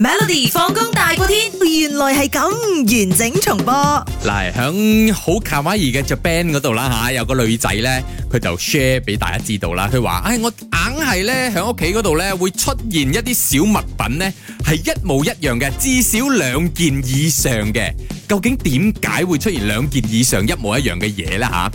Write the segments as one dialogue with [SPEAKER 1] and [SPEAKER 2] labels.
[SPEAKER 1] Melody 放工大過天，原來係咁完整重播。
[SPEAKER 2] 嗱，響好卡哇伊嘅 Japan 嗰度啦吓，有個女仔咧，佢就 share 俾大家知道啦。佢話：，唉、我硬係咧響屋企嗰度咧會出現一啲小物品咧係一模一樣嘅，至少兩件以上嘅。究竟點解會出現兩件以上一模一樣嘅嘢咧吓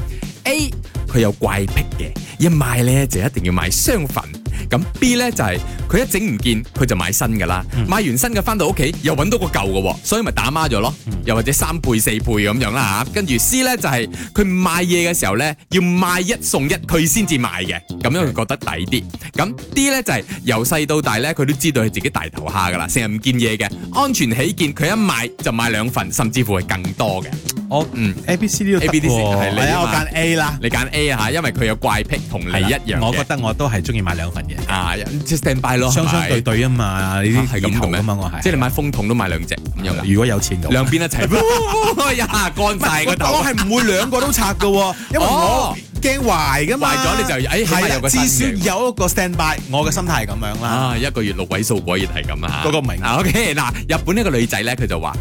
[SPEAKER 2] ？A 佢有怪癖嘅，一買咧就一定要買雙份。咁 B 呢，就係、佢一整唔見，佢就買新㗎啦。
[SPEAKER 3] 嗯
[SPEAKER 2] 買完新嘅翻到屋企又揾到個舊嘅喎，所以咪打孖咗咯。
[SPEAKER 3] 嗯
[SPEAKER 2] 又或者三倍四倍咁樣啦嚇。跟住 C 呢，就係、佢買嘢嘅時候呢，要買一送一，佢先至買嘅。咁樣佢
[SPEAKER 3] 嗯
[SPEAKER 2] 覺得抵啲。咁 D 呢，就係由細到大呢，佢都知道佢自己大頭蝦㗎啦，成日唔見嘢嘅。安全起見，佢一買就買兩份，甚至乎係更多嘅。
[SPEAKER 3] 我
[SPEAKER 2] 嗯
[SPEAKER 3] A B C 呢度
[SPEAKER 2] A B D C，係你啊
[SPEAKER 3] 係啊，我
[SPEAKER 2] 嘛
[SPEAKER 3] 揀 A 啦。
[SPEAKER 2] 你揀 A 啊嚇，因為佢有怪癖同你一樣嘅
[SPEAKER 3] 我覺得我都係中意買兩份嘢，
[SPEAKER 2] 啊，stand by 咯，
[SPEAKER 3] 相相
[SPEAKER 2] 係咪
[SPEAKER 3] 對對啊嘛，呢
[SPEAKER 2] 啊係
[SPEAKER 3] 啲
[SPEAKER 2] 咁
[SPEAKER 3] 意頭
[SPEAKER 2] 嘅
[SPEAKER 3] 啊嘛，
[SPEAKER 2] 咩
[SPEAKER 3] 我係。
[SPEAKER 2] 即係你買風筒都買兩隻咁樣㗎，
[SPEAKER 3] 如果有錢就。
[SPEAKER 2] 兩邊一齊，哎呀乾晒個頭
[SPEAKER 3] 我。 係唔會兩個都拆嘅喎，因為
[SPEAKER 2] 哦
[SPEAKER 3] 我驚壞噶嘛。
[SPEAKER 2] 壞咗你就哎起碼
[SPEAKER 3] 係啦
[SPEAKER 2] 有個新
[SPEAKER 3] 至少
[SPEAKER 2] 嘅
[SPEAKER 3] 有一個 stand by，我嘅心態係咁樣啦。
[SPEAKER 2] 啊，一個月六位數果然係咁啊！
[SPEAKER 3] 嗰個唔係我
[SPEAKER 2] 啊 OK 嗱，日本呢個女仔咧，佢就話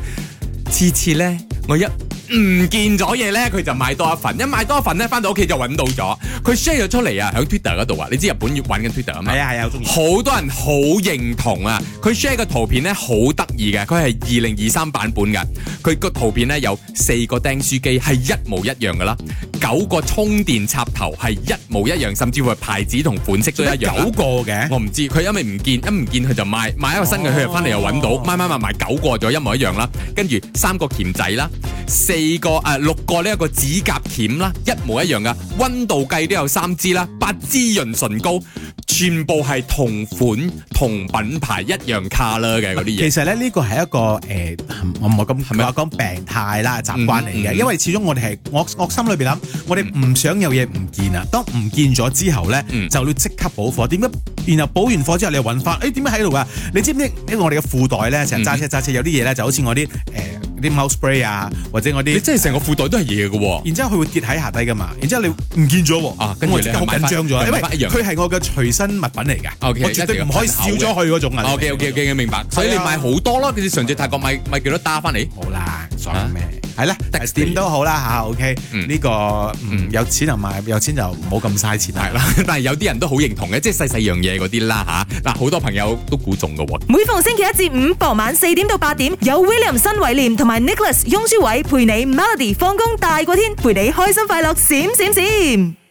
[SPEAKER 2] 次次咧，我一唔見咗嘢咧，佢就買多一份，一買多一份咧，翻到屋企就揾到咗。佢 share 咗出嚟啊，喺 Twitter 嗰度啊，你知日本要玩緊 Twitter 啊嘛
[SPEAKER 3] 係。啊係啊，我中意。
[SPEAKER 2] 好多人好認同啊！佢 share 個圖片咧好得意嘅，佢係二零二三版本嘅。佢個圖片咧有四個釘書機係一模一樣噶啦，九個充電插頭係一模一樣，甚至乎係牌子同款式都一樣啦。啊
[SPEAKER 3] 九個嘅，
[SPEAKER 2] 我唔知，佢因為唔見，一唔見佢就買，買一個新嘅，佢又翻嚟又揾到，
[SPEAKER 3] 哦
[SPEAKER 2] 買買買買九個咗一模一樣啦，跟住三個鉗仔啦，四個誒、呃六個呢一個指甲鉗啦，一模一樣噶，温度計都有三支啦，八支潤唇膏，全部係同款同品牌一樣卡啦嘅嗰啲嘢
[SPEAKER 3] 其。實咧，呢個係一個誒，我唔係咁
[SPEAKER 2] 咪
[SPEAKER 3] 話講病態啦、習慣嚟
[SPEAKER 2] 嗯
[SPEAKER 3] 嘅，
[SPEAKER 2] 嗯
[SPEAKER 3] 因為始終我哋係我我心裏邊諗，我哋唔想有嘢唔見啊。當唔見咗之後咧
[SPEAKER 2] 嗯，
[SPEAKER 3] 就要即刻補貨。點解？然後補完貨之後你又揾翻，誒點解喺度㗎？啊你知唔知？因為我哋嘅褲袋咧，成日
[SPEAKER 2] 嗯
[SPEAKER 3] 揸車揸車有啲嘢咧，就好似我啲誒呃啲 mouse spray 啊，或者我
[SPEAKER 2] 你
[SPEAKER 3] 啲，
[SPEAKER 2] 真係成個褲袋都係嘢嘅喎。
[SPEAKER 3] 然之後佢會跌喺下底㗎嘛。然之後你唔見咗喎，
[SPEAKER 2] 啊跟住
[SPEAKER 3] 我
[SPEAKER 2] 你
[SPEAKER 3] 即刻
[SPEAKER 2] 又
[SPEAKER 3] 好
[SPEAKER 2] 買返
[SPEAKER 3] 緊張咗，
[SPEAKER 2] 又
[SPEAKER 3] 因
[SPEAKER 2] 買
[SPEAKER 3] 為
[SPEAKER 2] 返一樣
[SPEAKER 3] 佢係我嘅隨身物品嚟嘅，我
[SPEAKER 2] OK，
[SPEAKER 3] 絕對唔可以少咗佢嗰種啊。
[SPEAKER 2] OK OK OK，明白。所以你買好多咯，你上次泰國買買幾多打翻嚟？
[SPEAKER 3] 好啦，爽
[SPEAKER 2] 啊
[SPEAKER 3] 咩？係啦，
[SPEAKER 2] 得
[SPEAKER 3] 但係點都好啦吓 o k
[SPEAKER 2] 嗯
[SPEAKER 3] 呢個嗯
[SPEAKER 2] 嗯
[SPEAKER 3] 有錢就買，有錢就唔好咁嘥錢啦
[SPEAKER 2] 係。啦，但係有啲人都好認同嘅，即係細細樣嘢嗰啲啦吓，嗱，好多朋友都估中嘅喎。
[SPEAKER 1] 每逢星期一至五傍晚四點到八點，有 William 新偉廉同埋 Nicholas 雍舒偉陪你 Melody 放工大過天，陪你開心快樂閃閃閃。